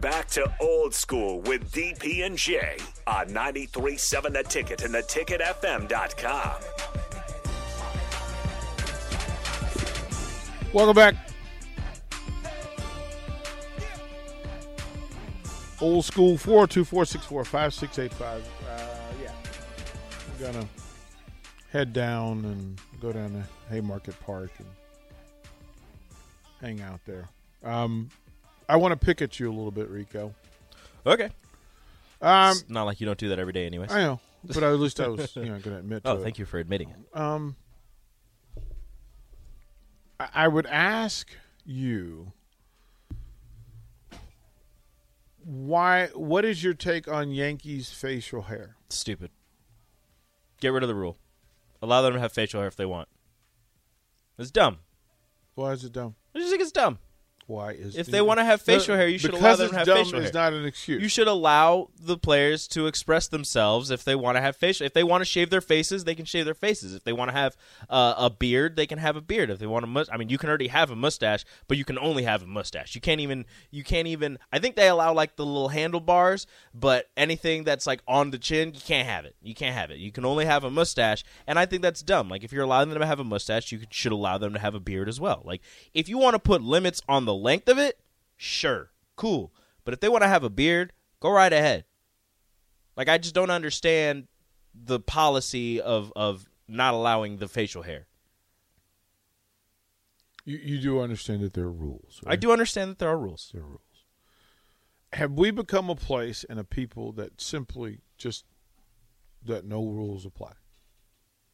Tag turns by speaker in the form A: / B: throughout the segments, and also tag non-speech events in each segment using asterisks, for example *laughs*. A: Back to old school with DP and J on 93.7 The Ticket and theticketfm.com.
B: Welcome back. Old school 424-645-6885. Uh, yeah. We're gonna head down and go down to Haymarket Park and hang out there. Um, I want to pick at you a little bit, Rico.
C: Okay.
B: Um,
C: It's not like you don't do that every day, anyways.
B: I know, but at least I was you know going to admit to
C: oh,
B: it.
C: thank you for admitting it.
B: Um, I I would ask you why. What is your take on Yankees facial hair?
C: Stupid. Get rid of the rule. Allow them to have facial hair if they want. It's dumb.
B: Why is it dumb?
C: I just think it's dumb.
B: Why is
C: If
B: it-
C: they wanna have facial hair, you should
B: because
C: allow them
B: it's
C: to have
B: dumb
C: facial
B: is
C: hair.
B: not an excuse.
C: You should allow the players to express themselves if they want to have facial. If they want to shave their faces, they can shave their faces. If they want to have uh, a beard, they can have a beard. If they want a must, I mean, you can already have a mustache, but you can only have a mustache. You can't even. You can't even. I think they allow like the little handlebars, but anything that's like on the chin, you can't have it. You can't have it. You can only have a mustache, and I think that's dumb. Like if you're allowing them to have a mustache, you should allow them to have a beard as well. Like if you want to put limits on the length of it, sure, cool. But if they want to have a beard, go right ahead. Like I just don't understand the policy of of not allowing the facial hair.
B: You, you do understand that there are rules.
C: I
B: right?
C: do understand that there are rules.
B: There are rules. Have we become a place and a people that simply just that no rules apply?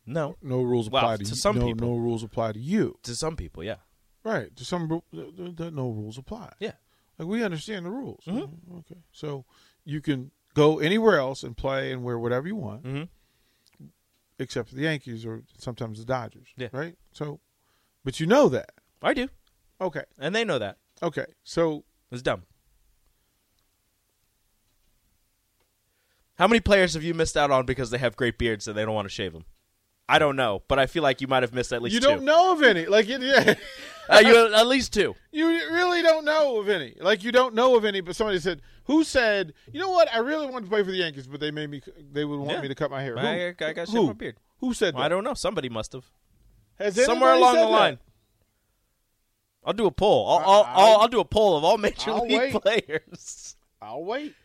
C: No,
B: No rules
C: Well,
B: apply to,
C: to
B: you-
C: some
B: no,
C: people.
B: No rules apply to you.
C: to some people, yeah,
B: Right. To some ru- th- th- that no rules apply.
C: yeah,
B: Like we understand the rules.
C: Mm-hmm.
B: Okay. So you can go anywhere else and play and wear whatever you want,
C: Mhm.
B: except for the Yankees or sometimes the Dodgers.
C: Yeah.
B: Right. So, but you know that.
C: I do,
B: Okay.
C: and they know that
B: Okay. So
C: it's dumb. How many players have you missed out on because they have great beards and they don't want to shave them? I don't know, but I feel like you might have missed at least
B: you
C: two.
B: don't know of any. Like it, yeah. *laughs*
C: Uh, you, at least two.
B: You really don't know of any. Like you don't know of any, but somebody said, "Who said? You know what? I really wanted to play for the Yankees, but they made me. They would want
C: Yeah.
B: me to cut my hair.
C: I-
B: Who?
C: I- I gotta shave
B: Who?
C: my beard.
B: Who said that?
C: I don't know. Somebody must have.
B: Has
C: somewhere
B: anybody
C: along
B: said
C: the
B: that?
C: line. I'll do a poll. I'll, I'll, I'll, I'll do a poll of all major
B: I'll wait.
C: league *laughs* players.
B: I'll wait.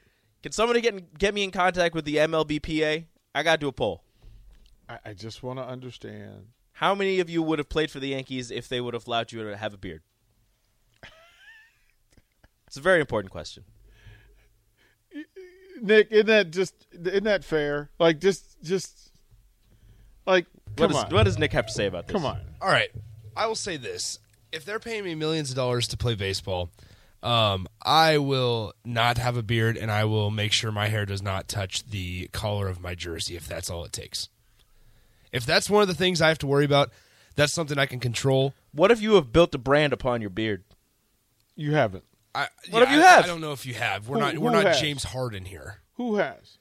C: Can somebody get in- get me in contact with the MLBPA? I got to do a poll.
B: I, I just want to understand.
C: How many of you would have played for the Yankees if they would have allowed you to have a beard? It's a very important question.
B: Nick, isn't that just isn't that fair? Like just just like
C: What,
B: come
C: does-
B: on,
C: what does Nick have to say about this?
B: come on.
D: All right. I will say this. If they're paying me millions of dollars to play baseball, um, I will not have a beard and I will make sure my hair does not touch the collar of my jersey if that's all it takes. If that's one of the things I have to worry about, that's something I can control.
C: What if you have built a brand upon your beard?
B: You haven't.
D: I,
C: What
D: yeah,
C: if you
D: I-
C: have?
D: I don't know if you have. We're
B: Who-
D: not. We're
B: who
D: not
B: has?
D: James Harden here.
B: Who has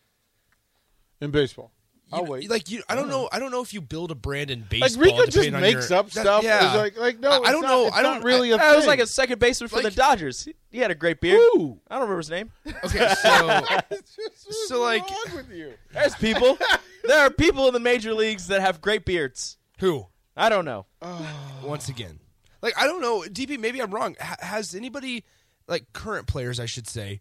B: in baseball? I'll
D: You know,
B: wait.
D: Like you, I don't know. I don't know if you build a brand in
B: Like
D: baseball.
B: Rico just
D: depending on
B: makes
D: your-
B: up
D: that-
B: stuff.
D: yeah.
B: It's like, like no,
D: I,
B: it's
D: I don't
B: not-
D: know.
B: It's
D: I don't
B: not really a
C: I was
B: thing.
C: like a second baseman for the
D: Like-
C: Dodgers. He, he had a great beard.
B: Who?
C: I don't remember his name.
D: Okay, so
B: *laughs* What's
D: so, like-
B: wrong with you?
C: There's
B: *laughs*
C: people. there are people in the major leagues that have great beards.
D: who?
C: I don't know.
D: Once again, like I don't know. DP, maybe I'm wrong. Ha- has anybody, like current players, I should say,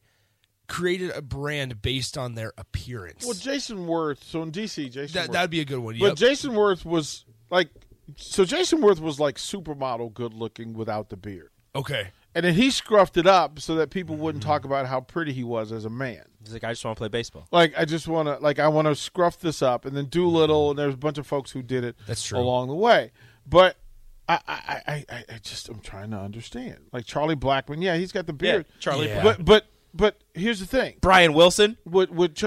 D: created a brand based on their appearance?
B: Well, Jason Worth. So in DC, Jason.
D: that
B: Worth.
D: that'd be a good one.
B: But
D: Yep.
B: Jason Worth was like, so Jason Worth was like supermodel good looking without the beard.
D: okay.
B: And then he scruffed it up so that people wouldn't
D: Mm-hmm.
B: talk about how pretty he was as a man.
C: He's like, I just want to play baseball.
B: Like I just want to, like I want to scruff this up, and then Doolittle, and there's a bunch of folks who did it.
D: That's true.
B: along the way. But I, I, I, I- I just I'm trying to understand. Like Charlie Blackman, yeah, he's got the beard.
C: Charlie
D: Yeah.
B: But but but here's the thing.
C: Brian Wilson
B: Would would Ch-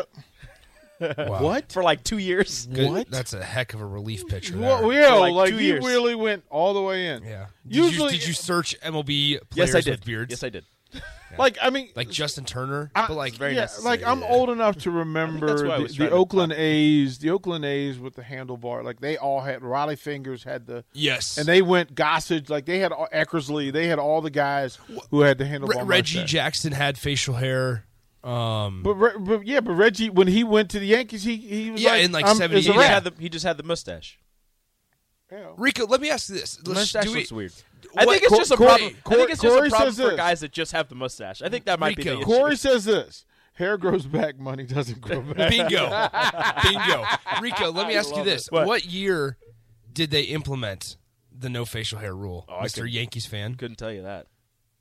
C: Uh,
D: Wow.
B: what?
C: for like
B: *laughs*
C: two years.
D: Good-
B: What?
D: That's a heck of a relief picture.
B: Well,
D: there.
B: yeah,
C: For
B: like,
C: like two
B: he
C: years.
B: really went all the way in.
D: Yeah. Did
B: Usually,
D: you, did you search MLB players
C: Yes, I did.
D: with beards?
C: Yes, I did.
B: like I mean,
D: Like Justin Turner,
B: I-
D: but like
C: very
B: yeah,
C: necessary,
B: like I'm
C: yeah.
B: old enough to *laughs* remember
C: that's why I
B: the,
C: was
B: the
C: trying to
B: Oakland A's, the Oakland A's with the handlebar. Like they all had Riley Fingers had the
D: yes,
B: and they went Gossage. Like they had all- Eckersley. They had all the guys who had the handlebar.
D: Re- Reggie
B: mustache.
D: Jackson had facial hair. Um,
B: But, Re- but yeah, but Reggie when he went to the Yankees, he he was
D: Yeah,
B: like,
D: in, like,
B: I'm- it's
D: 70
B: a
C: He just,
B: wrap.
C: had the, he just had the mustache.
B: Yeah.
D: *laughs* Rico, let me ask you this:
C: The
D: Let's-
C: mustache
D: do we-
C: looks weird. I think it's
B: Cor-
C: just a
B: Corey-
C: problem. I think it's just
B: Corey
C: a problem
B: says
C: for
B: this.
C: guys that just have the mustache. I think that might be the
D: Rico.
C: issue.
B: Corey says this: hair grows back, money doesn't grow
D: *laughs*
B: back.
D: Bingo, bingo. Rico, let me ask you this:
C: What?
D: what? year did they implement the no facial hair rule,
C: I
D: Mister
C: could- *laughs*
D: Yankees fan?
C: Couldn't tell you that.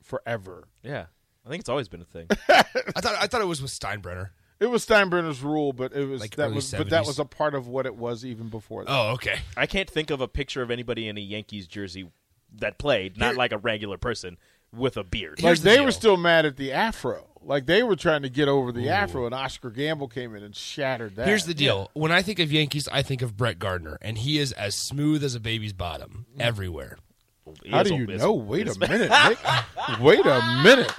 B: Forever.
C: Yeah, I think it's always been a thing.
D: I thought I thought it was with Steinbrenner.
B: It was Steinbrenner's rule, but it was
D: Like
B: that
D: early
B: was but that
D: 70s.
B: was a part of what it was even before that.
D: Oh, okay.
C: I can't think of a picture of anybody in a Yankees jersey that played, not like a regular person with a beard.
B: like
D: here's the
B: they
D: deal.
B: were still mad at the afro. Like they were trying to get over the afro, and Oscar Gamble came in and shattered that.
D: Here's the deal: when I think of Yankees, I think of Brett Gardner, and he is as smooth as a baby's bottom everywhere.
B: How do you know? Wait a minute, Nick. Wait a minute.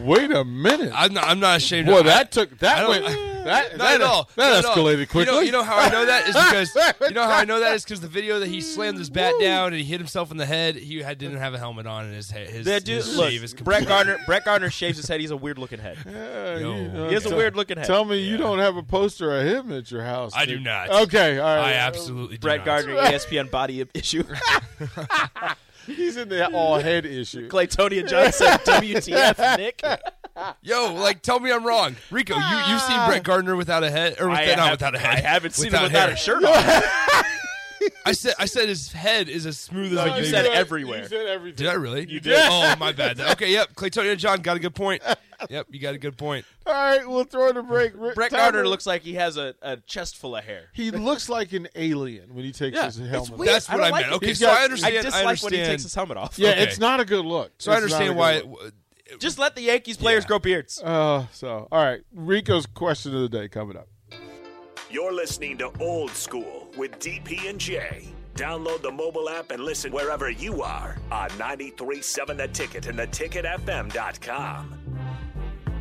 B: Wait a minute.
D: I'm not. I'm not ashamed.
B: Boy,
D: of
B: that took
D: I
B: that
D: don't- *laughs*
B: went *laughs* that
D: Not
B: that,
D: at all.
B: that
D: Not at all.
B: escalated
D: You
B: quickly.
D: know, you know how I know that is because you know how I know that is because the video that he slammed his bat down and he hit himself in the head. He had didn't have a helmet on and his head. His,
C: That dude,
D: his
C: look,
D: shave is
C: Brett
D: complete.
C: Gardner. Brett Gardner shaves his head. He's a weird looking head.
B: *laughs*
D: No.
C: He has a weird looking head.
B: Tell me you don't have a poster of him at your house.
D: I
B: Nick.
D: do not.
B: Okay, all right.
D: I absolutely
C: uh,
D: do
C: Brett
D: not. *laughs*
C: Gardner, E ESPN body issue. *laughs*
B: He's in the all head issue.
C: Claytonia Johnson,
D: *laughs*
C: WTF, Nick?
D: Yo, like, tell me I'm wrong, Rico. You you've seen Brett Gardner without a head or with,
C: Ah. I
D: not
C: have-
D: without a head.
C: I haven't seen him without
D: Without hair.
C: a shirt
D: *laughs*
C: on.
D: I said I said his head is as smooth as
B: No,
D: a baby's
C: said
B: you
C: everywhere.
B: You said everything.
D: Did I really? You
B: did.
D: Oh, my bad. Okay, yep. Claytonia John got a good point. Yep, you got a good point.
B: All right, we'll throw it a break. Rick-
C: Brett
B: Tyler-
C: Gardner looks like he has a, a chest full of hair.
B: He looks like an alien when he takes
C: Yeah,
B: his
C: it's
B: helmet. off.
C: weird.
D: That's
C: I
D: what
C: don't
D: I,
C: like
D: meant.
C: it.
D: Okay,
B: He's
D: so
B: got-
D: I
C: I
D: understand.
C: dislike
D: understand.
C: when he takes his helmet off.
B: Yeah,
D: okay.
B: it's not a good look.
D: So I
B: It's not a
D: understand
B: good
D: why.
B: look.
C: Just let the Yankees players grow beards.
B: Uh, so all right, Rico's question of the day coming up.
A: You're listening to Old School with DP and J. Download the mobile app and listen wherever you are on 937 The Ticket and theticketfm.com.